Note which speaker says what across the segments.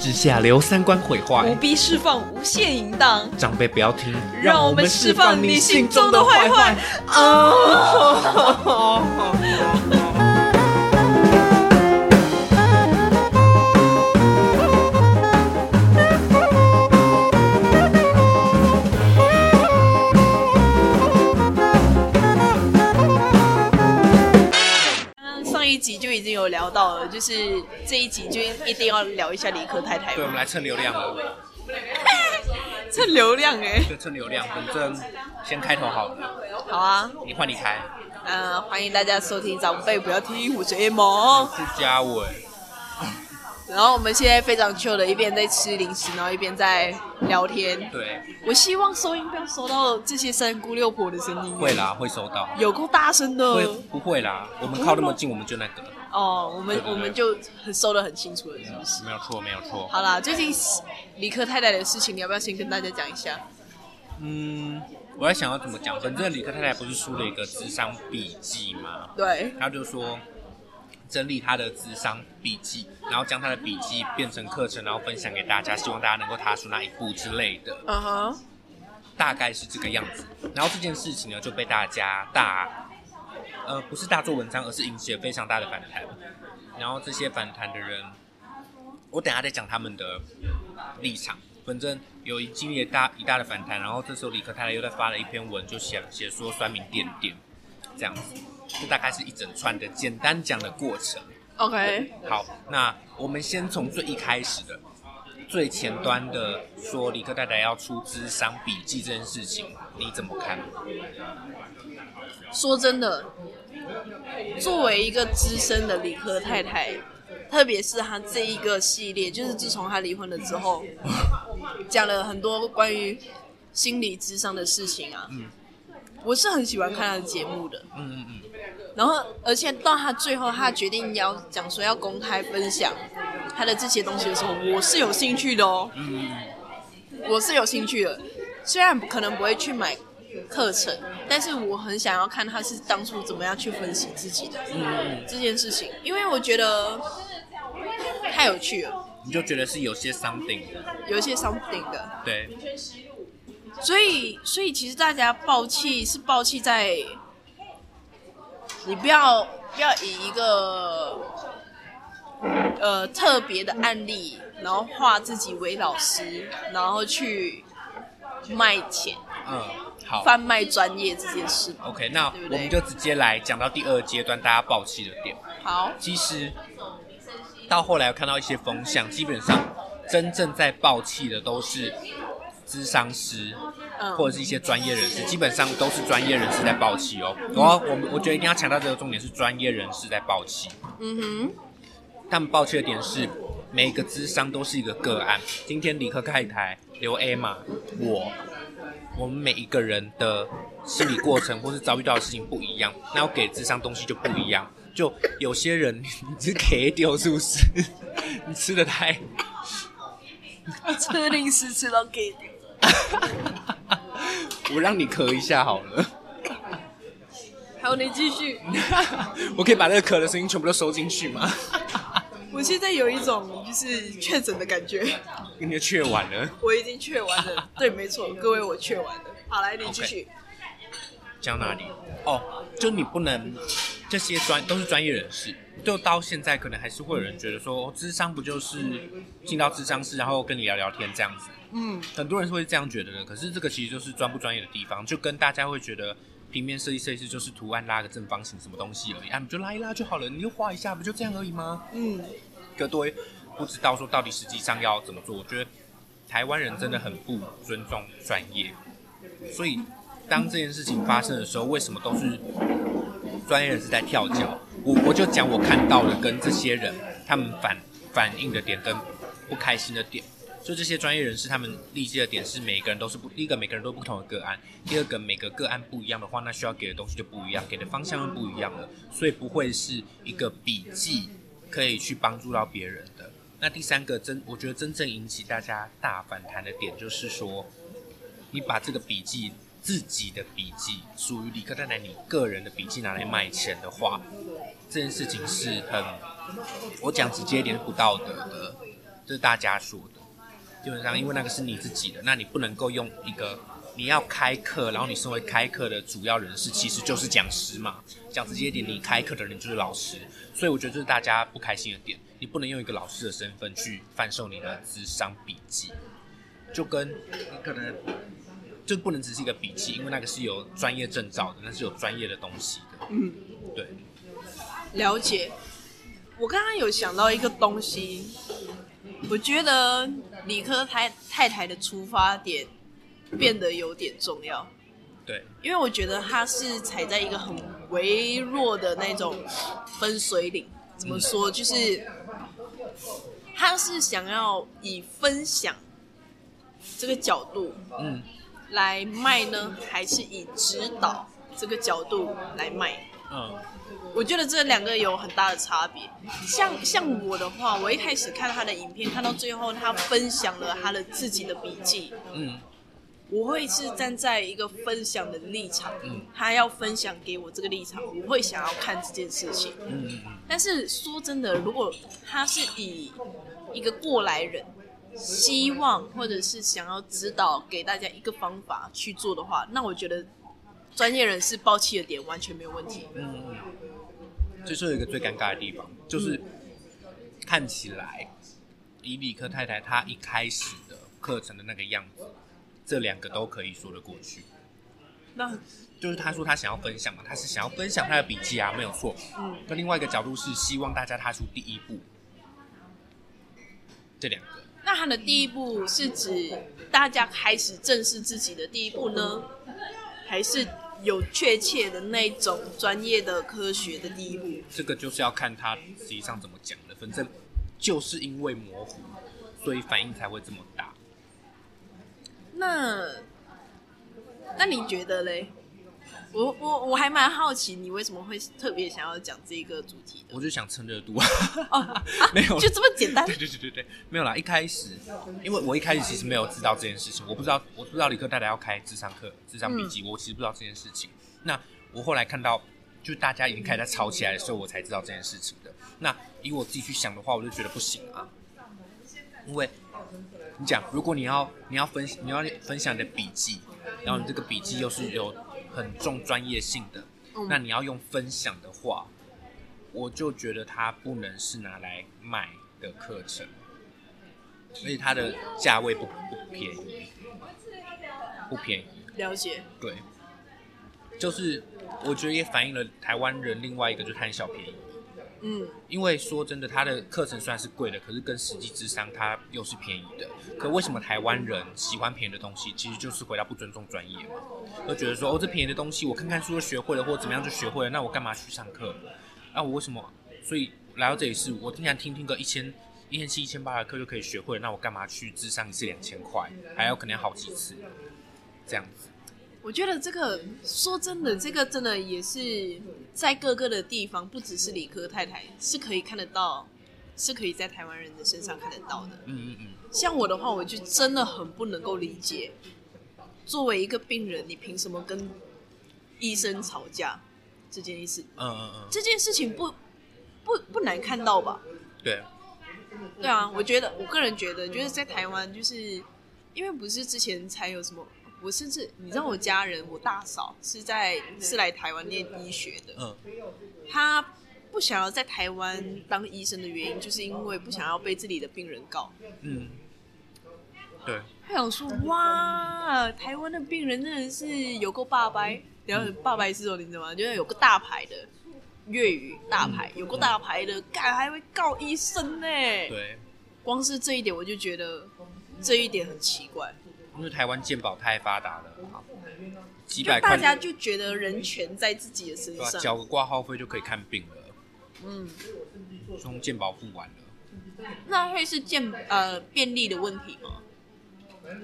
Speaker 1: 之下留三观毁
Speaker 2: 不
Speaker 1: 坏。
Speaker 2: 必释放无限淫荡，
Speaker 1: 长辈不要听，
Speaker 2: 让我们释放你心中的坏坏。刚上一集就已经有聊到了，就是这一集就一定要聊一下理科太太
Speaker 1: 对，我们来蹭流量了，
Speaker 2: 蹭流量哎、
Speaker 1: 就蹭流量。反正先开头好了，
Speaker 2: 好啊，
Speaker 1: 你换你开，
Speaker 2: 那呃欢迎大家收听长辈不要听，我是 A 萌。
Speaker 1: 是嘉伟。
Speaker 2: 然后我们现在非常 chill 的，一边在吃零食，然后一边在聊天。
Speaker 1: 对，
Speaker 2: 我希望收音不要收到这些三姑六婆的声音，
Speaker 1: 会啦，会收到。
Speaker 2: 有够大声
Speaker 1: 会
Speaker 2: 的
Speaker 1: 不会啦？我们靠那么近，我们就那个。
Speaker 2: 哦。我
Speaker 1: 对
Speaker 2: 们
Speaker 1: 对对
Speaker 2: 我们就很收的很清楚了，是不是？
Speaker 1: 没有错，没有错。
Speaker 2: 好啦，最近理科太太的事情，你要不要先跟大家讲一下？
Speaker 1: 嗯，我在想要怎么讲。反正理科太太不是出了一个智商笔记吗？
Speaker 2: 对，
Speaker 1: 他就说整理他的智商笔记，然后将他的笔记变成课程，然后分享给大家，希望大家能够踏出那一步之类的，
Speaker 2: 嗯哼，
Speaker 1: 大概是这个样子。然后这件事情呢，就被大家大，呃，不是大做文章，而是引起了非常大的反弹。然后这些反弹的人，我等一下再讲他们的立场。反正有一经历了大一大的反弹，然后这时候李克太太又在发了一篇文，就写写说酸民点点这样子，这大概是一整串的简单讲的过程。
Speaker 2: ，OK，
Speaker 1: 好，那我们先从最一开始的最前端的说，李克太太要出智商笔记这件事情，你怎么看？
Speaker 2: 说真的，作为一个资深的理科太太，特别是她这一个系列，就是自从她离婚了之后，讲了很多关于心理智商的事情啊。我是很喜欢看她的节目的，
Speaker 1: 嗯嗯
Speaker 2: 然后而且到她最后，她决定要讲说要公开分享她的这些东西的时候，我是有兴趣的哦，
Speaker 1: 嗯嗯，
Speaker 2: 我是有兴趣的，虽然可能不会去买课程，但是我很想要看她是当初怎么样去分析自己的。这件事情，因为我觉得太有趣了，
Speaker 1: 你就觉得是有些 something 的，
Speaker 2: 有一些 something 的，
Speaker 1: 对，
Speaker 2: 所以所以其实大家抱气是抱气在，你不要不要以一个呃特别的案例，然后化自己为老师，然后去卖钱、
Speaker 1: 嗯，好。
Speaker 2: 贩卖专业这件事。
Speaker 1: OK，那
Speaker 2: 对不
Speaker 1: 我
Speaker 2: 对
Speaker 1: 们就直接来讲到第二阶段，大家爆气的点。
Speaker 2: 好，
Speaker 1: 其实到后来我看到一些风向，基本上真正在爆气的都是智商师，
Speaker 2: 嗯
Speaker 1: 或者是一些专业人士，基本上都是专业人士在爆气哦。然后我们我觉得一定要强调这个重点是专业人士在爆气，
Speaker 2: 嗯
Speaker 1: 他们爆气的点是每一个智商都是一个个案。今天理科太太、刘 A 嘛，我，我们每一个人的心理过程或是遭遇到的事情不一样，那要给智商东西就不一样。就有些人 你是 K 丢是不是？ 你吃的太
Speaker 2: 哼，吃零食吃到给掉。
Speaker 1: 我让你咳一下好了，
Speaker 2: 好，你继续。
Speaker 1: 我可以把那个咳的声音全部都收进去吗？
Speaker 2: 我现在有一种就是确诊的感觉，
Speaker 1: 今天确晚了。
Speaker 2: 我已经确完了。对，没错，各位我确完了。好，来你
Speaker 1: OK
Speaker 2: 继续。
Speaker 1: 讲哪里？哦，就你不能，这些专都是专业人士，就到现在可能还是会有人觉得说，哦，智商不就是进到智商室，然后跟你聊聊天这样子？
Speaker 2: 嗯，
Speaker 1: 很多人会这样觉得的。可是这个其实就是专不专业的地方，就跟大家会觉得平面设计设计师就是图案拉个正方形什么东西而已，啊，你就拉一拉就好了，你就画一下，不就这样而已吗？
Speaker 2: 嗯，
Speaker 1: 个多不知道说到底实际上要怎么做。我觉得台湾人真的很不尊重专业，所以当这件事情发生的时候，为什么都是专业人士在跳脚？我我就讲我看到的跟这些人他们反反应的点跟不开心的点。就这些专业人士，他们立基的点是，每个人都是不第一个，每个人都不同的个案；第二个，每个个案不一样的话，那需要给的东西就不一样，给的方向又不一样了，所以不会是一个笔记可以去帮助到别人的。那第三个真，我觉得真正引起大家大反弹的点就是说，你把这个笔记自己的笔记，属于理科太太你个人的笔记拿来卖钱的话，这件事情是很，我讲直接一点是不道德的。这是大家说的。基本上，因为那个是你自己的，那你不能够用一个你要开课，然后你身为开课的主要人士，其实就是讲师嘛。讲直接一点，你开课的人就是老师，所以我觉得这是大家不开心的点。你不能用一个老师的身份去贩售你的智商笔记，就跟你可能就不能只是一个笔记，因为那个是有专业证照的，那是有专业的东西的。
Speaker 2: 嗯，
Speaker 1: 对，
Speaker 2: 了解。我刚刚有想到一个东西，我觉得理科太太太的出发点变得有点重要，
Speaker 1: 对，
Speaker 2: 因为我觉得她是踩在一个很微弱的那种分水岭。怎么说？就是她是想要以分享这个角度
Speaker 1: 嗯，
Speaker 2: 来卖呢，还是以指导这个角度来卖？
Speaker 1: 嗯，
Speaker 2: 我觉得这两个有很大的差别。像像我的话，我一开始看他的影片，看到最后他分享了他的自己的笔记，
Speaker 1: 嗯，
Speaker 2: 我会是站在一个分享的立场
Speaker 1: 嗯，
Speaker 2: 他要分享给我这个立场，我会想要看这件事情。
Speaker 1: 嗯，嗯，嗯
Speaker 2: 但是说真的，如果他是以一个过来人，希望或者是想要指导给大家一个方法去做的话，那我觉得专业人士抱气的点完全没有问题。
Speaker 1: 嗯，嗯这是有一个最尴尬的地方，就是看起来以理科太太她一开始的课程的那个样子，这两个都可以说得过去。
Speaker 2: 那
Speaker 1: 就是她说她想要分享嘛，她是想要分享她的笔记啊，没有错。
Speaker 2: 嗯，
Speaker 1: 那另外一个角度是希望大家踏出第一步，这两个。
Speaker 2: 那他的第一步是指大家开始正视自己的第一步呢，还是有确切的那种专业的科学的第一步？
Speaker 1: 这个就是要看他实际上怎么讲的，反正就是因为模糊，所以反应才会这么大。
Speaker 2: 那那你觉得嘞？我我我还蛮好奇，你为什么会特别想要讲这个主题的？
Speaker 1: 我就想蹭热度，
Speaker 2: 哦，啊
Speaker 1: 没有
Speaker 2: 就这么简单
Speaker 1: 对对对对对，没有啦。一开始，因为我一开始其实没有知道这件事情，我不知道，我不知道理科太太要开智商课、智商笔记，
Speaker 2: 嗯
Speaker 1: 我其实不知道这件事情。那我后来看到，就是大家已经开始在吵起来的时候，我才知道这件事情的。那以我自己去想的话，我就觉得不行啊，因为你讲，如果你要你要分你要分享你的笔记，然后你这个笔记又是有很重专业性的，
Speaker 2: 嗯
Speaker 1: 那你要用分享的话，我就觉得它不能是拿来卖的课程，而且它的价位不不便宜，不便宜。
Speaker 2: 了解，
Speaker 1: 对，就是我觉得也反映了台湾人另外一个就是贪小便宜。
Speaker 2: 嗯，
Speaker 1: 因为说真的，它的课程虽然是贵的，可是跟实际智商它又是便宜的。可为什么台湾人喜欢便宜的东西？其实就是回到不尊重专业嘛，就觉得说哦，这便宜的东西我看看书就学会了，或者怎么样就学会了，那我干嘛去上课？那、我为什么？所以来到这里是我竟然听听个一千、一千七、一千八的课就可以学会了，那我干嘛去智商一次两千块，还要可能要好几次这样子？
Speaker 2: 我觉得这个说真的，这个真的也是在各个的地方，不只是理科太太是可以看得到，是可以在台湾人的身上看得到的。
Speaker 1: 嗯嗯嗯，
Speaker 2: 像我的话，我就真的很不能够理解，作为一个病人，你凭什么跟医生吵架这件事？
Speaker 1: 嗯嗯嗯，
Speaker 2: 这件事情不不不难看到吧？
Speaker 1: 对，
Speaker 2: 对啊，我觉得我个人觉得，就是在台湾，就是因为不是之前才有什么，我甚至你知道我家人，我大嫂是在是来台湾念医学的，
Speaker 1: 嗯
Speaker 2: 她不想要在台湾当医生的原因，就是因为不想要被这里的病人告。
Speaker 1: 嗯，对，
Speaker 2: 她想说，哇，台湾的病人真的是有够霸白，然后霸白是什么你知道吗？就是有个大牌的粤语大牌，有个大牌的，干还会告医生呢、
Speaker 1: 嗯对。
Speaker 2: 光是这一点，我就觉得这一点很奇怪，
Speaker 1: 因为台湾健保太发达了，几
Speaker 2: 嗯就
Speaker 1: 百
Speaker 2: 大
Speaker 1: 块
Speaker 2: 家就觉得人权在自己的身
Speaker 1: 对啊吧？
Speaker 2: 上。
Speaker 1: 缴个挂号费就可以看病了，
Speaker 2: 嗯，
Speaker 1: 从健保付完了，
Speaker 2: 那会是健呃便利的问题吗？
Speaker 1: 嗯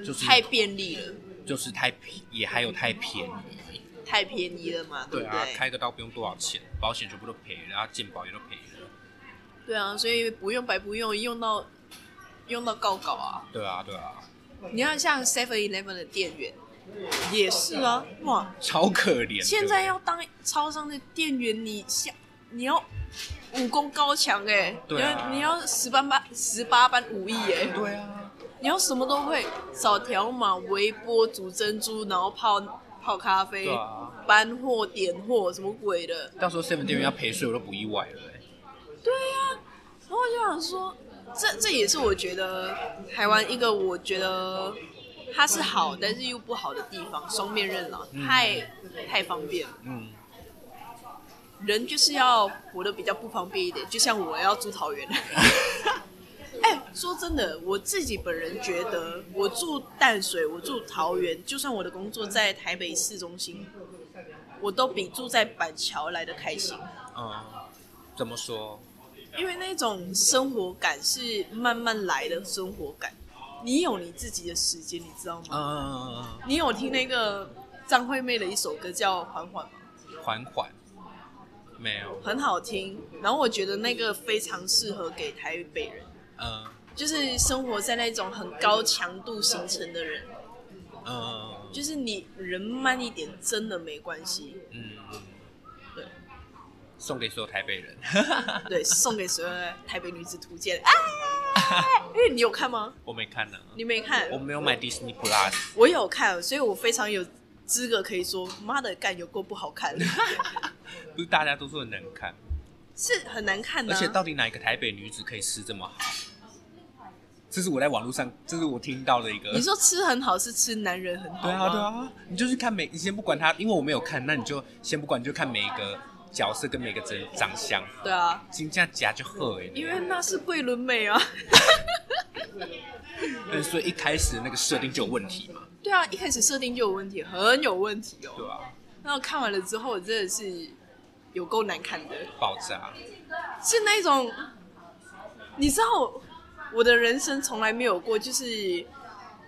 Speaker 1: 就是
Speaker 2: 太便利了，
Speaker 1: 就是太便也还有太便宜，
Speaker 2: 太便宜了嘛，
Speaker 1: 对
Speaker 2: 不
Speaker 1: 啊，
Speaker 2: 对？
Speaker 1: 开个刀不用多少钱，保险全部都赔了，然后健保也都赔了，
Speaker 2: 对啊，所以不用白不用，用到用到高搞啊！
Speaker 1: 对啊对啊，
Speaker 2: 你看像 Seven Eleven 的店员也是啊，哇，
Speaker 1: 超可怜的。
Speaker 2: 现在要当超商的店员，你想你要武功高强哎、
Speaker 1: 对啊
Speaker 2: 你要你要十八般十八般武艺哎、
Speaker 1: 对啊，
Speaker 2: 你要什么都会，扫条码、微波、煮珍珠，然后泡泡咖啡、
Speaker 1: 对啊
Speaker 2: 搬货、点货，什么鬼的？
Speaker 1: 到时候 seven 店员要赔税，我都不意外了、欸。
Speaker 2: 对呀、然后我就想说，这这也是我觉得台湾一个我觉得它是好，但是又不好的地方，双面刃了，太太方便了。
Speaker 1: 嗯，
Speaker 2: 人就是要活得比较不方便一点，就像我要住桃园。 哎、说真的，我自己本人觉得，我住淡水，我住桃园，就算我的工作在台北市中心，我都比住在板桥来的开心，
Speaker 1: 嗯，怎么说？
Speaker 2: 因为那种生活感是慢慢来的生活感。你有你自己的时间，你知道吗？
Speaker 1: 嗯，
Speaker 2: 你有听那个张惠妹的一首歌叫《缓缓》吗？
Speaker 1: 缓缓，没有，
Speaker 2: 很好听，然后我觉得那个非常适合给台北人。
Speaker 1: 嗯
Speaker 2: 就是生活在那种很高强度形成的人，
Speaker 1: 嗯
Speaker 2: 就是你人慢一点真的没关系。
Speaker 1: 嗯，
Speaker 2: 对
Speaker 1: 送给所有台北人。
Speaker 2: 对，送给所有的台北女子图鉴啊！因哎为你有看吗？
Speaker 1: 我没看呢、啊
Speaker 2: 你没看，
Speaker 1: 我没有买 Disney Plus，
Speaker 2: 我有看，所以我非常有资格可以说，妈的，干有够不好 看，
Speaker 1: 不是大家都说很难看，
Speaker 2: 是很难看的、啊
Speaker 1: 而且到底哪一个台北女子可以吃这么好？这是我在网络上，这是我听到的一个。
Speaker 2: 你说吃很好是吃男人很好
Speaker 1: 呃对啊，
Speaker 2: 吗
Speaker 1: 对，啊，你就去看每，你先不管他，因为我没有看，那你就先不管，你就看每一个角色跟每个真长相，
Speaker 2: 对啊，
Speaker 1: 金价夹就好哎。
Speaker 2: 因为那是桂纶镁啊。
Speaker 1: 嗯，所以一开始那个设定就有问题嘛，
Speaker 2: 对啊，一开始设定就有问题，很有问题哦。
Speaker 1: 对啊吧、
Speaker 2: 那我看完了之后，我真的是有够难看的。
Speaker 1: 爆炸，
Speaker 2: 是那种，你知道，我的人生从来没有过，就是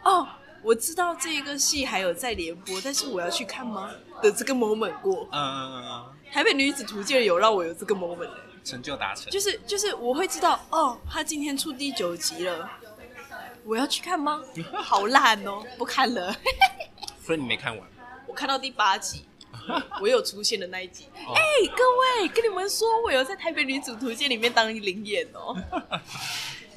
Speaker 2: 哦，我知道这一个戏还有在联播，但是我要去看吗？的这个 moment 过，
Speaker 1: 嗯，
Speaker 2: 《台北女子图鉴》有让我有这个 moment，欸
Speaker 1: 成就达成
Speaker 2: 就。是就是我会知道，哦，他今天出第九集了，我要去看吗？好烂哦，不看了。
Speaker 1: 所以你没看完，
Speaker 2: 我看到第八集，我有出现的那一集。哎、各位，跟你们说，我有在《台北女主图鉴》里面当灵眼哦。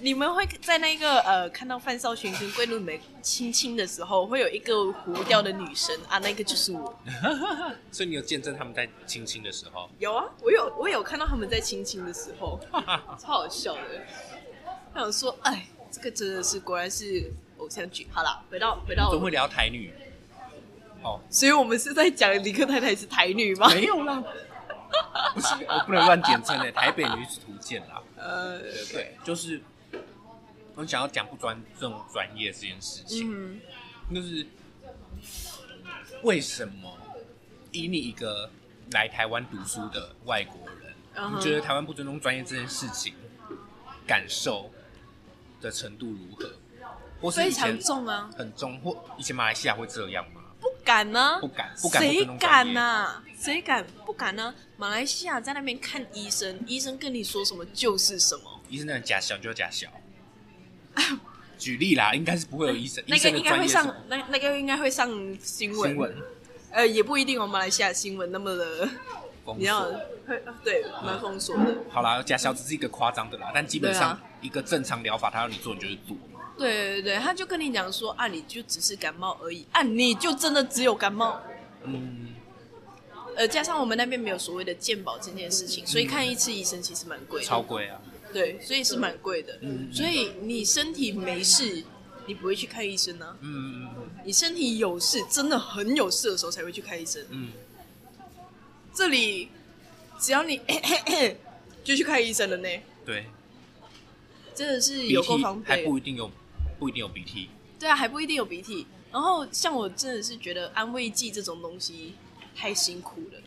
Speaker 2: 你们会在那个呃看到范少群跟桂纶镁亲亲的时候，会有一个糊掉的女生啊，那个就是我。
Speaker 1: 所以你有见证他们在亲亲的时候，
Speaker 2: 有啊，我有我有看到他们在亲亲的时 候，超好笑的。我想说，哎，这个真的是果然是偶像剧。好啦，回到回到我
Speaker 1: 总会
Speaker 2: 们，
Speaker 1: 聊台女。 哦，
Speaker 2: 所以我们是在讲李克太太是台女吗？
Speaker 1: 没有啦，不是，我不能乱简称 的《台北女子图鉴》啦。
Speaker 2: 呃，
Speaker 1: 对对，就是我想要讲不专这种专业这件事情，
Speaker 2: 嗯。
Speaker 1: 就是为什么以你一个来台湾读书的外国人
Speaker 2: 嗯哼
Speaker 1: 你觉得台湾不尊重专业这件事情感受的程度如何？或是
Speaker 2: 非
Speaker 1: 以前
Speaker 2: 常重啊，
Speaker 1: 很重，或以前马来西亚会这样吗？
Speaker 2: 不敢呢、
Speaker 1: 不敢不敢不
Speaker 2: 谁
Speaker 1: 尊重专
Speaker 2: 敢
Speaker 1: 业
Speaker 2: 呐、谁敢不敢呢、马来西亚在那边看医生，医生跟你说什么就是什么，
Speaker 1: 医生那假小就假 小。举例啦，应该是不会有医生，
Speaker 2: 那个
Speaker 1: 医生的
Speaker 2: 应该
Speaker 1: 专业
Speaker 2: 会
Speaker 1: 是
Speaker 2: 上，那那个应该会上新闻，
Speaker 1: 新闻
Speaker 2: 呃，也不一定哦。马来西亚新闻那么的，
Speaker 1: 封
Speaker 2: 你要
Speaker 1: 锁。
Speaker 2: 会啊对蛮封锁的，
Speaker 1: 好啦，假小只是一个夸张的啦，但基本上
Speaker 2: 对啊
Speaker 1: 一个正常疗法，他要你做，你就是做嘛。
Speaker 2: 对对对，他就跟你讲说啊，你就只是感冒而已，啊，你就真的只有感冒，
Speaker 1: 嗯，
Speaker 2: 呃，加上我们那边没有所谓的健保这件事情，所以看一次医生其实蛮贵的，
Speaker 1: 嗯超贵啊。
Speaker 2: 对，所以是蛮贵的。
Speaker 1: 嗯
Speaker 2: 所以你身体没事，你不会去看医生呢、
Speaker 1: 嗯
Speaker 2: 你身体有事，真的很有事的时候才会去看医生。
Speaker 1: 嗯，
Speaker 2: 这里只要你 就去看医生了呢，
Speaker 1: 对，
Speaker 2: 真的是有够
Speaker 1: 鼻涕
Speaker 2: 方
Speaker 1: 还不
Speaker 2: 便。
Speaker 1: 一定有，不一定有鼻涕。
Speaker 2: 对啊，还不一定有鼻涕。然后像我真的是觉得安慰剂这种东西太辛苦了，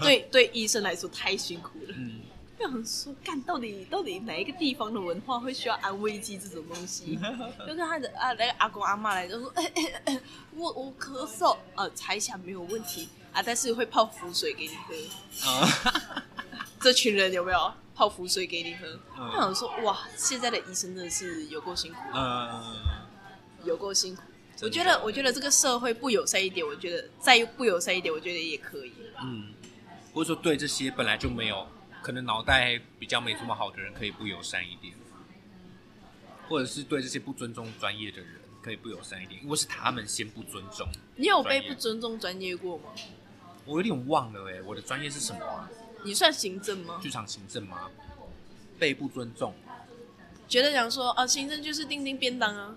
Speaker 2: 对对，医生来说太辛苦了。
Speaker 1: 嗯，
Speaker 2: 我想说，干到底到底哪一个地方的文化会需要安慰剂这种东 西？就跟他的啊那个阿公阿妈来就说， 哎哎哎，哎我我咳嗽，呃，查一下没有问题啊，但是会泡符水给你喝。
Speaker 1: 啊，
Speaker 2: 这群人有没有泡符水给你喝？
Speaker 1: 嗯
Speaker 2: 我想说，哇，现在的医生真的是有够辛苦，
Speaker 1: 嗯，
Speaker 2: 有够辛苦。
Speaker 1: 真的
Speaker 2: 我觉得，我觉得这个社会不友善一点，我觉得再不友善一点，我觉得也可以。
Speaker 1: 嗯，或者说对这些本来就没有可能脑袋比较没这么好的人可以不友善一点，或者是对这些不尊重专业的人可以不友善一点，因为是他们先不尊重。
Speaker 2: 你有被不尊重专业过吗？
Speaker 1: 我有点忘了哎、我的专业是什么啊、
Speaker 2: 你算行政吗？
Speaker 1: 剧场行政吗？被不尊重，
Speaker 2: 觉得讲说哦，行政就是订订便当啊，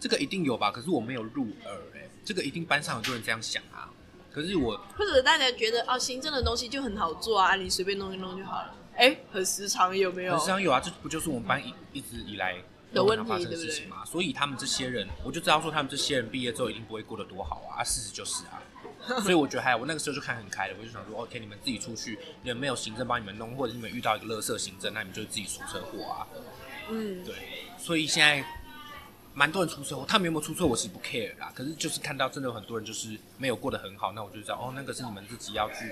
Speaker 1: 这个一定有吧？可是我没有入耳哎、这个一定班上很多人这样想啊。可是我
Speaker 2: 或者大家觉得哦，行政的东西就很好做啊，你随便弄一弄就好了。哎、很时常有没有
Speaker 1: 很？常有啊，这不就是我们班一一直以来
Speaker 2: 的
Speaker 1: 都
Speaker 2: 问
Speaker 1: 很
Speaker 2: 题
Speaker 1: 常发生的事情吗？所以他们这些人，我就知道说他们这些人毕业之后一定不会过得多好啊，啊事实就是 啊。所以我觉得还好，我那个时候就看很开了，我就想说，OK，你们自哦己出去，你们没有行政帮你们弄，或者是你们遇到一个垃圾行政，那你们就自己出车祸啊。
Speaker 2: 嗯，
Speaker 1: 对，所以现在蛮多人出车祸，他们有没有出错，我是不 care 啦。可是就是看到真的有很多人就是没有过得很好，那我就知道哦，那个是你们自己要去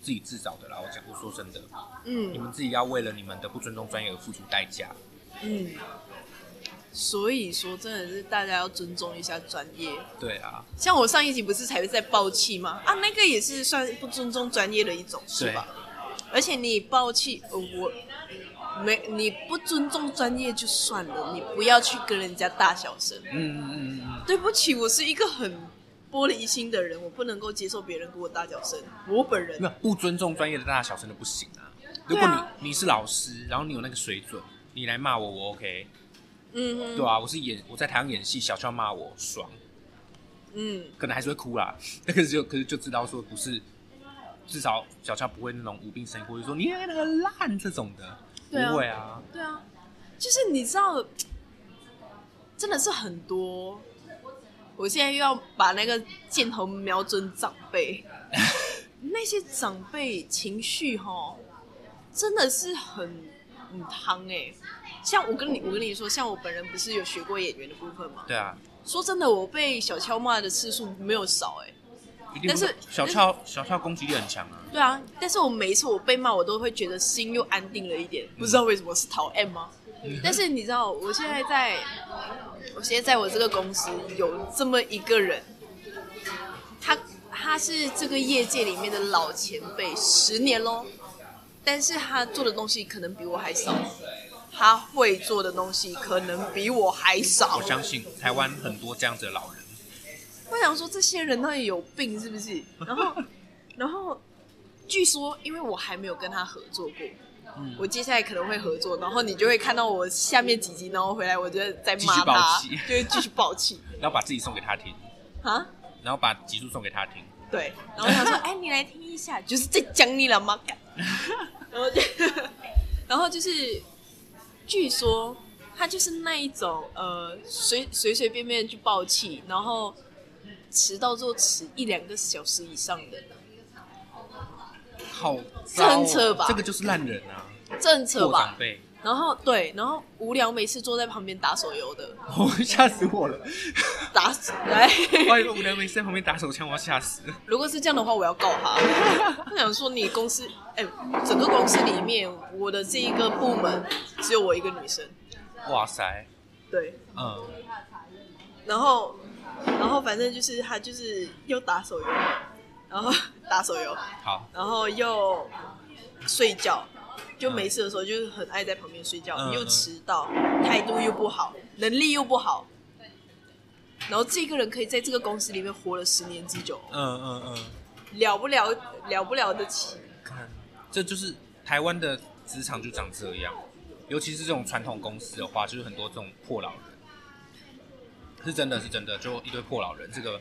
Speaker 1: 自己制造的啦。我讲，我说真的，你
Speaker 2: 嗯
Speaker 1: 们自己要为了你们的不尊重专业而付出代价。
Speaker 2: 嗯。所以说，真的是大家要尊重一下专业。
Speaker 1: 对啊，
Speaker 2: 像我上一集不是才在爆气吗？啊，那个也是算不尊重专业的一种，是
Speaker 1: 对
Speaker 2: 吧？而且你爆气，呃我没你不尊重专业就算了，你不要去跟人家大小声。
Speaker 1: 嗯嗯嗯嗯
Speaker 2: 对不起，我是一个很玻璃心的人，我不能够接受别人跟我大小声。我本人
Speaker 1: 嗯，那不尊重专业的大大小声的不行啊。如
Speaker 2: 对啊
Speaker 1: 果你、你是老师，然后你有那个水准，你来骂我，我 OK，、
Speaker 2: 嗯哼
Speaker 1: 对啊，我是演我在台上演戏，小俏骂我爽，
Speaker 2: 嗯，
Speaker 1: 可能还是会哭啦， 但可是就可是就知道说不是，至少小俏不会那种无病呻吟，或者说你那个烂这种的，
Speaker 2: 对啊
Speaker 1: 不会啊。
Speaker 2: 对啊，就是你知道，真的是很多。我现在又要把那个箭头瞄准长辈，那些长辈情绪哈，真的是很很汤哎、像我跟你，我跟你说，像我本人不是有学过演员的部分吗？
Speaker 1: 对啊，
Speaker 2: 说真的，我被小敲骂的次数没有少哎、
Speaker 1: 一定
Speaker 2: 但是
Speaker 1: 会小俏小俏攻击力很强啊，
Speaker 2: 对啊，但是我每一次我被骂，我都会觉得心又安定了一点，不知道为什么是讨厌吗？但是你知道，我现在在，我现在在我这个公司有这么一个人，他他是这个业界里面的老前辈，十年喽，但是他做的东西可能比我还少，他会做的东西可能比我还少
Speaker 1: 我。相信台湾很多这样子的老人，
Speaker 2: 我想说这些人到底有病是不是？然后，然后，据说因为我还没有跟他合作过，
Speaker 1: 嗯
Speaker 2: 我接下来可能会合作，然后你就会看到我下面几集，然后回来我就在骂他
Speaker 1: 继续爆气，
Speaker 2: 就会继续爆 气
Speaker 1: 然后把自己送给他听，
Speaker 2: 啊。
Speaker 1: 然后把集数送给他听，
Speaker 2: 对，然后他说：“哎，你来听一下， 就是在讲你了吗？”干，然后就， 然后就是，据说他就是那一种呃，随随随便便就爆气，然后迟到就迟一两个小时以上的，
Speaker 1: 好、
Speaker 2: 这很扯吧
Speaker 1: 这个就是烂人啊，
Speaker 2: 正扯
Speaker 1: 过
Speaker 2: 吧
Speaker 1: 长。辈，
Speaker 2: 然后对，然后无聊，每次坐在旁边打手游的，
Speaker 1: 我吓死我了！
Speaker 2: 打来。
Speaker 1: 万一无聊没事在旁边打手枪，我要吓死。
Speaker 2: 如果是这样的话，我要告他。他想说你公司，哎、整个公司里面，我的这一个部门只有我一个女生，
Speaker 1: 哇塞，
Speaker 2: 对。
Speaker 1: 嗯，
Speaker 2: 然后，然后反正就是他就是又打手游，然后打手游，
Speaker 1: 好，
Speaker 2: 然后又睡觉，就没事的时候就是很爱在旁边睡觉，
Speaker 1: 嗯
Speaker 2: 又迟到，态度又不好，能力又不好。然后这个人可以在这个公司里面活了十年之久，
Speaker 1: 嗯嗯嗯，
Speaker 2: 了不了了不了得起。
Speaker 1: 看，这就是台湾的职场就长这样，尤其是这种传统公司的话，就是很多这种破老人，是真的是真的，就一堆破老人。这个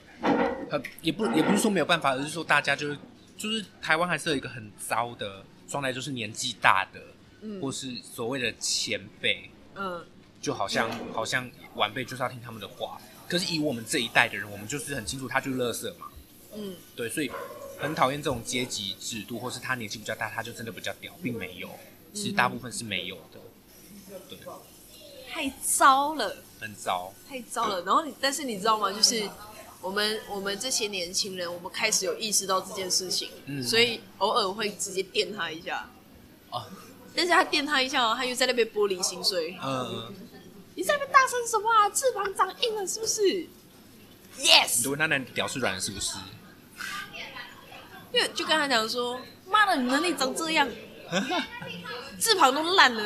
Speaker 1: 很也不也不是说没有办法，而是说大家就是就是台湾还是有一个很糟的状态，就是年纪大的，
Speaker 2: 嗯
Speaker 1: 或是所谓的前辈，
Speaker 2: 嗯，
Speaker 1: 就好像好像晚辈就是要听他们的话。可是以我们这一代的人，我们就是很清楚，他就是垃圾嘛。
Speaker 2: 嗯，
Speaker 1: 对，所以很讨厌这种阶级制度，或是他年纪比较大，他就真的比较屌，并没有，其实大部分是没有的，对，
Speaker 2: 太糟了，
Speaker 1: 很糟，
Speaker 2: 太糟了。然后你，但是你知道吗？就是我们我们这些年轻人，我们开始有意识到这件事情，
Speaker 1: 嗯
Speaker 2: 所以偶尔会直接电他一下。
Speaker 1: 啊，
Speaker 2: 但是他电他一下哦，他又在那边玻璃心碎。
Speaker 1: 嗯，
Speaker 2: 你在那边大声什么啊？翅膀长硬了是不是
Speaker 1: 你
Speaker 2: ？Yes，
Speaker 1: 就问他那屌是软的是 不是？
Speaker 2: 因为就跟他讲说，妈的，你能力长这样，翅膀都烂了。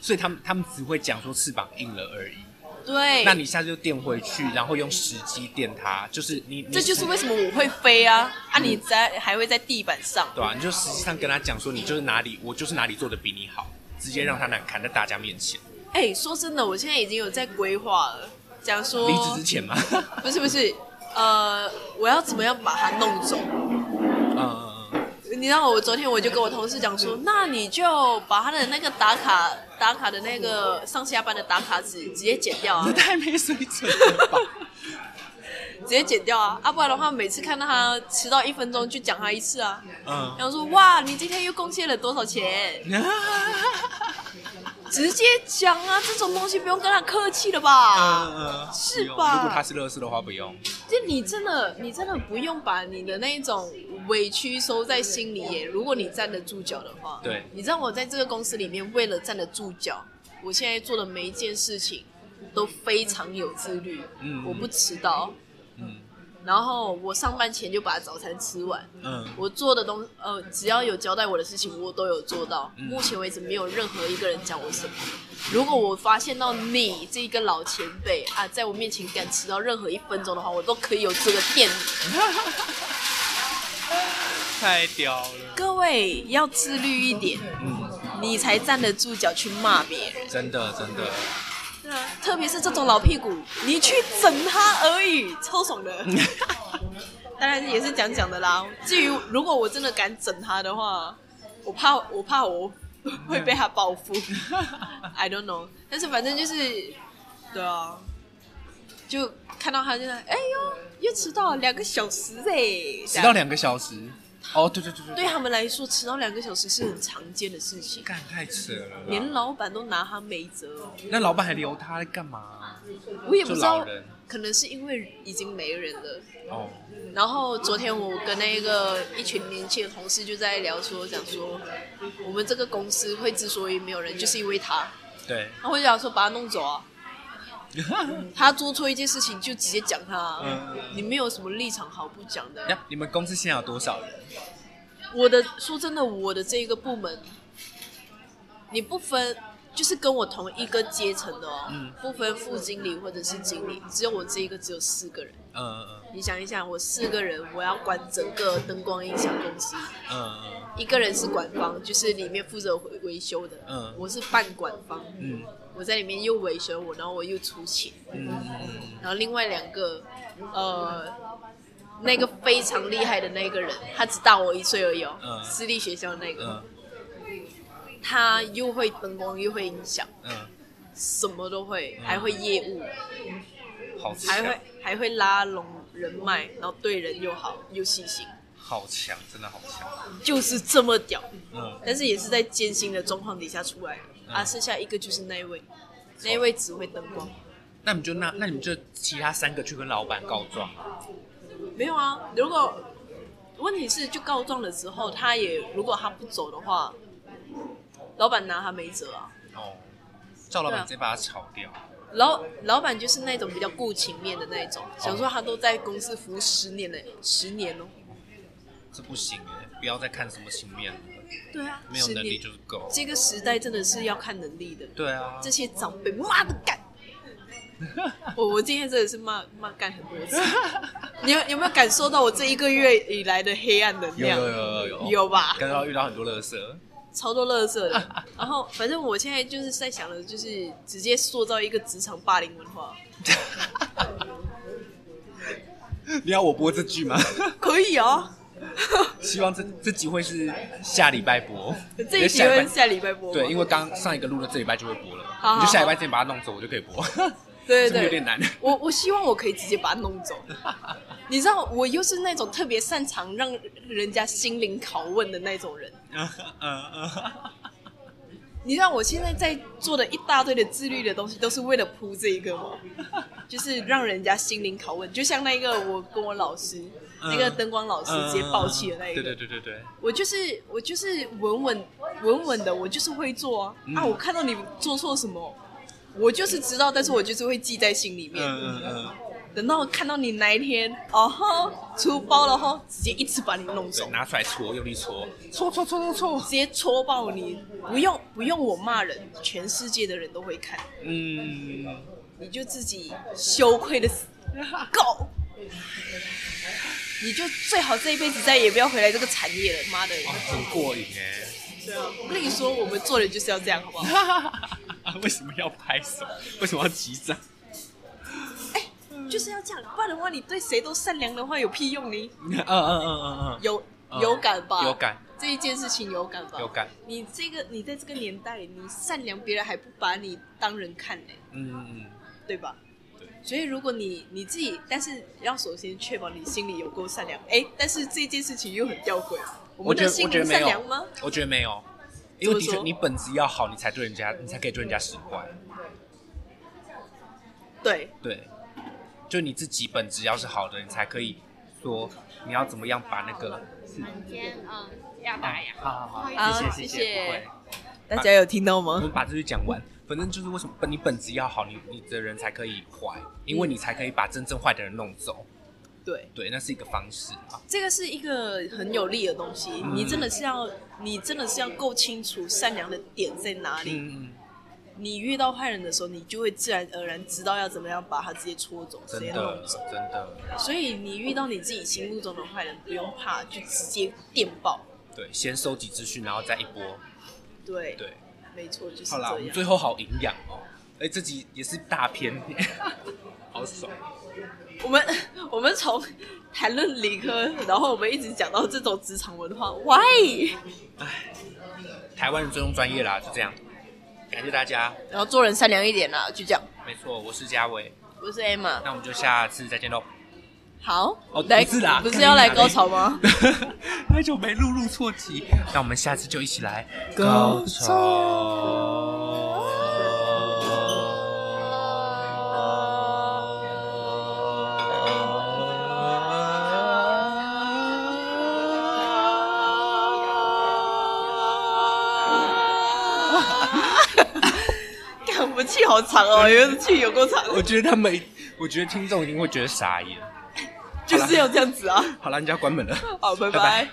Speaker 1: 所以他们他们只会讲说翅膀硬了而已。
Speaker 2: 对，
Speaker 1: 那你下次就垫回去，然后用时机垫它，就是你你
Speaker 2: 这就是为什么我会飞啊！啊，你在还会在地板上，
Speaker 1: 对啊，你就实际上跟他讲说，你就是哪里，我就是哪里做的比你好，直接让他难看在大家面前。
Speaker 2: 哎、说真的，我现在已经有在规划了，讲说
Speaker 1: 离职之前嘛，
Speaker 2: 不是不是，呃，我要怎么样把它弄走？
Speaker 1: 嗯，
Speaker 2: 你知道我昨天我就跟我同事讲说，那你就把他的那个打卡打卡的那个上下班的打卡纸直接剪掉 啊
Speaker 1: 这，太没水准了吧？
Speaker 2: 直接剪掉啊，啊不然的话每次看到他迟到一分钟就讲他一次啊，
Speaker 1: 嗯，
Speaker 2: 然后说哇你今天又贡献了多少钱，
Speaker 1: 嗯
Speaker 2: 直接讲啊，这种东西不用跟他客气了吧？
Speaker 1: 嗯
Speaker 2: 是
Speaker 1: 不用
Speaker 2: 吧
Speaker 1: 如果他是乐视的话，不用。
Speaker 2: 就你真的，你真的不用把你的那种委屈收在心里耶。如果你站得住脚的话，
Speaker 1: 对
Speaker 2: 你知道我在这个公司里面，为了站得住脚，我现在做的每一件事情都非常有自律。
Speaker 1: 嗯
Speaker 2: 我不迟到，
Speaker 1: 嗯
Speaker 2: 然后我上班前就把早餐吃完。
Speaker 1: 嗯，
Speaker 2: 我做的东呃，只要有交代我的事情，我都有做到。
Speaker 1: 嗯
Speaker 2: 目前为止，没有任何一个人讲我什么。如果我发现到你这一个老前辈啊，在我面前敢迟到任何一分钟的话，我都可以有这个电。
Speaker 1: 太屌了。
Speaker 2: 各位要自律一点，
Speaker 1: 嗯，
Speaker 2: 你才站得住脚去骂别人。
Speaker 1: 真的真的，
Speaker 2: 对啊，特别是这种老屁股，你去整他而已，超爽的。当然也是讲讲的啦。至于如果我真的敢整他的话，我怕我怕我会被他报复。I don't know，但是反正就是，对啊，就看到他就在，哎呦，又迟到了两个小时哎、
Speaker 1: 迟到两个小时。哦，对对对
Speaker 2: 对他们来说，迟到两个小时是很常见的事情，
Speaker 1: 干太扯了啦。
Speaker 2: 连老板都拿他没辙哦。
Speaker 1: 那老板还留他干嘛？
Speaker 2: 我也不知
Speaker 1: 就老
Speaker 2: 道
Speaker 1: 人，
Speaker 2: 可能是因为已经没人了。
Speaker 1: 哦，
Speaker 2: 然后昨天我跟那个一群年轻的同事就在聊说，讲说我们这个公司会之所以没有人，就是因为他。
Speaker 1: 对，
Speaker 2: 然后我就想说把他弄走啊，他做错一件事情就直接讲他啊、
Speaker 1: 嗯
Speaker 2: 你没有什么立场好不讲的。
Speaker 1: 呀，你们公司现在有多少人？
Speaker 2: 我的说真的，我的这一个部门，你不分，就是跟我同一个阶层的哦，
Speaker 1: 嗯
Speaker 2: 不分副经理或者是经理，只有我这一个只有四个人。
Speaker 1: 嗯嗯
Speaker 2: 你想一想，我四个人，我要管整个灯光音响公司，
Speaker 1: 嗯
Speaker 2: 一个人是管方，就是里面负责维维修的，
Speaker 1: 嗯
Speaker 2: 我是半管方，
Speaker 1: 嗯
Speaker 2: 我在里面又维修我，然后我又出钱，
Speaker 1: 嗯嗯
Speaker 2: 然后另外两个，呃，那个非常厉害的那个人，他只大我一岁而已哦，
Speaker 1: 嗯
Speaker 2: 私立学校那个，
Speaker 1: 嗯
Speaker 2: 他又会灯光，又会音响，
Speaker 1: 嗯
Speaker 2: 什么都会，还会业务，
Speaker 1: 嗯，好
Speaker 2: 还会
Speaker 1: 强，
Speaker 2: 还会拉拢人脉，然后对人又好，又细心，
Speaker 1: 好强，真的好强。
Speaker 2: 就是这么屌。
Speaker 1: 嗯，
Speaker 2: 但是也是在艰辛的状况底下出来的、啊。剩下一个就是那一位，那一位只会灯光。
Speaker 1: 那你们就那那你们就其他三个去跟老板告状。啊
Speaker 2: 没有啊，如果问题是就告状了之后，他也如果他不走的话，老板拿他没辙啊。
Speaker 1: 哦，赵老板
Speaker 2: 对啊
Speaker 1: 直接把他炒掉。
Speaker 2: 老老板就是那种比较顾情面的那一种，
Speaker 1: 哦
Speaker 2: 想说他都在公司服务十年了，十年哦。
Speaker 1: 这不行哎，不要再看什么情面了，
Speaker 2: 对啊，
Speaker 1: 没有
Speaker 2: 十
Speaker 1: 能力
Speaker 2: 年
Speaker 1: 就。是够。
Speaker 2: 这个时代真的是要看能力的。
Speaker 1: 对啊，
Speaker 2: 这些长辈，妈的 干！我我今天真的是骂骂干很多次，你有有没有感受到我这一个月以来的黑暗能
Speaker 1: 有
Speaker 2: 量？
Speaker 1: 有有有
Speaker 2: 有吧
Speaker 1: 刚刚遇到很多乐色，
Speaker 2: 超多乐色的。然后反正我现在就是在想的，就是直接塑造一个职场霸凌文 化，
Speaker 1: 你要我播这句吗？
Speaker 2: 可以哦。
Speaker 1: 啊希望这这集会是下礼拜播，
Speaker 2: 这一集
Speaker 1: 因为
Speaker 2: 会
Speaker 1: 礼拜
Speaker 2: 下礼拜播吗，
Speaker 1: 对，因为刚上一个录了，这礼拜就会播了，
Speaker 2: 好好
Speaker 1: 你就下礼拜之前把它弄走，我就可以播。
Speaker 2: 对
Speaker 1: 是不是
Speaker 2: 对
Speaker 1: 有点难？
Speaker 2: 我我希望我可以直接把它弄走。 你知道，我又是那种特别擅长让人家心灵拷问的那种人。
Speaker 1: 嗯嗯
Speaker 2: 你知道我现在在做的一大堆的自律的东西，都是为了铺这一 个吗？就是让人家心灵拷问，就像那个我跟我老师、
Speaker 1: 嗯
Speaker 2: 那个灯光老师
Speaker 1: 嗯，
Speaker 2: 直接爆气的那一个，
Speaker 1: 对对对对对，
Speaker 2: 我就是我就是稳稳稳稳的，我就是会做啊、
Speaker 1: 嗯
Speaker 2: 啊！我看到你做错什么，我就是知道，但是我就是会记在心里面。
Speaker 1: 嗯嗯嗯，
Speaker 2: 等到看到你哪一天，哦吼，出包了吼，直接一次把你弄
Speaker 1: 对
Speaker 2: 走，
Speaker 1: 拿出来搓，用力搓，搓搓搓搓搓
Speaker 2: 直。接戳爆你，不用不用我骂人，全世界的人都会看，
Speaker 1: 嗯，
Speaker 2: 你就自己羞愧的死够，你就最好这一辈子再也不要回来这个产业了，妈的！
Speaker 1: 哦，很过瘾哎。
Speaker 2: 我跟你说，我们做人就是要这样，好不好？
Speaker 1: 为什么要拍手？为什么要击掌？
Speaker 2: 就是要这样，不然的话，你对谁都善良的话，有屁用呢？
Speaker 1: 嗯嗯嗯嗯嗯
Speaker 2: 有
Speaker 1: 嗯，
Speaker 2: 有感吧？
Speaker 1: 有感，
Speaker 2: 这一件事情有感吧？
Speaker 1: 有感。
Speaker 2: 你这个，你在这个年代，你善良，别人还不把你当人看呢、
Speaker 1: 嗯嗯
Speaker 2: 对吧？
Speaker 1: 对
Speaker 2: 所以如果你你自己，但是要首先确保你心里有够善良。哎，但是这件事情又很吊诡，我
Speaker 1: 我
Speaker 2: 们
Speaker 1: 觉
Speaker 2: 的
Speaker 1: 得
Speaker 2: 心
Speaker 1: 我觉
Speaker 2: 灵
Speaker 1: 得没
Speaker 2: 善
Speaker 1: 有
Speaker 2: 良吗？
Speaker 1: 嗯，我觉得没有，因为的
Speaker 2: 怎
Speaker 1: 确
Speaker 2: 么说
Speaker 1: 你本质要好，你才对人家，你才可以对人家使坏。
Speaker 2: 对，
Speaker 1: 对，就你自己本质要是好的，你才可以说你要怎么样把那个。
Speaker 3: 今天嗯要打烊。
Speaker 1: 好好
Speaker 2: 好
Speaker 1: 好，谢谢
Speaker 2: 谢
Speaker 1: 谢，
Speaker 2: 谢
Speaker 1: 不会。啊
Speaker 2: 大家有听到
Speaker 1: 我
Speaker 2: 吗？
Speaker 1: 们把这句讲完，反正就是为什么本你本质要好，你你的人才可以坏，因为你才可以把真正坏的人弄走。
Speaker 2: 对，
Speaker 1: 对，那是一个方式啊。
Speaker 2: 这个是一个很有利的东西，你真的是要，你真的是要够清楚善良的点在哪里。
Speaker 1: 嗯，
Speaker 2: 你遇到坏人的时候，你就会自然而然知道要怎么样把他直接戳走，直
Speaker 1: 真
Speaker 2: 接
Speaker 1: 的
Speaker 2: 弄走。
Speaker 1: 真的，
Speaker 2: 所以你遇到你自己心目中的坏人，不用怕，就直接电爆。
Speaker 1: 对，先收集资讯，然后再一波。
Speaker 2: 对，
Speaker 1: 对，
Speaker 2: 没错，就是
Speaker 1: 好
Speaker 2: 这
Speaker 1: 啦，我们
Speaker 2: 样。
Speaker 1: 最后好营养哦。哎，这集也是大片， 好爽。
Speaker 2: 我们 我们从谈论理科，然后我们一直讲到这种职场文化，why？
Speaker 1: 台湾人尊重专业啦，就这样。感谢大家，
Speaker 2: 然后做人善良一点啦，就这样。
Speaker 1: 没错，我是嘉伟，
Speaker 2: 我是 Emma，
Speaker 1: 那我们就下次再见喽。
Speaker 2: 好，
Speaker 1: 哦
Speaker 2: 来
Speaker 1: 不是啦
Speaker 2: 不是
Speaker 1: 干
Speaker 2: 要
Speaker 1: 你
Speaker 2: 来
Speaker 1: 娘
Speaker 2: 高
Speaker 1: 嘞
Speaker 2: 潮吗？
Speaker 1: 太久没录录错题，那我们下次就一起来高潮。
Speaker 2: 干，我们气好长哦，因为气有够长，
Speaker 1: 我觉得他们，我觉得听众一定会觉得傻眼。
Speaker 2: 就是要这样子啊。
Speaker 1: 好了，你就要关门了。
Speaker 2: 好，拜
Speaker 1: 拜
Speaker 2: 拜
Speaker 1: 拜。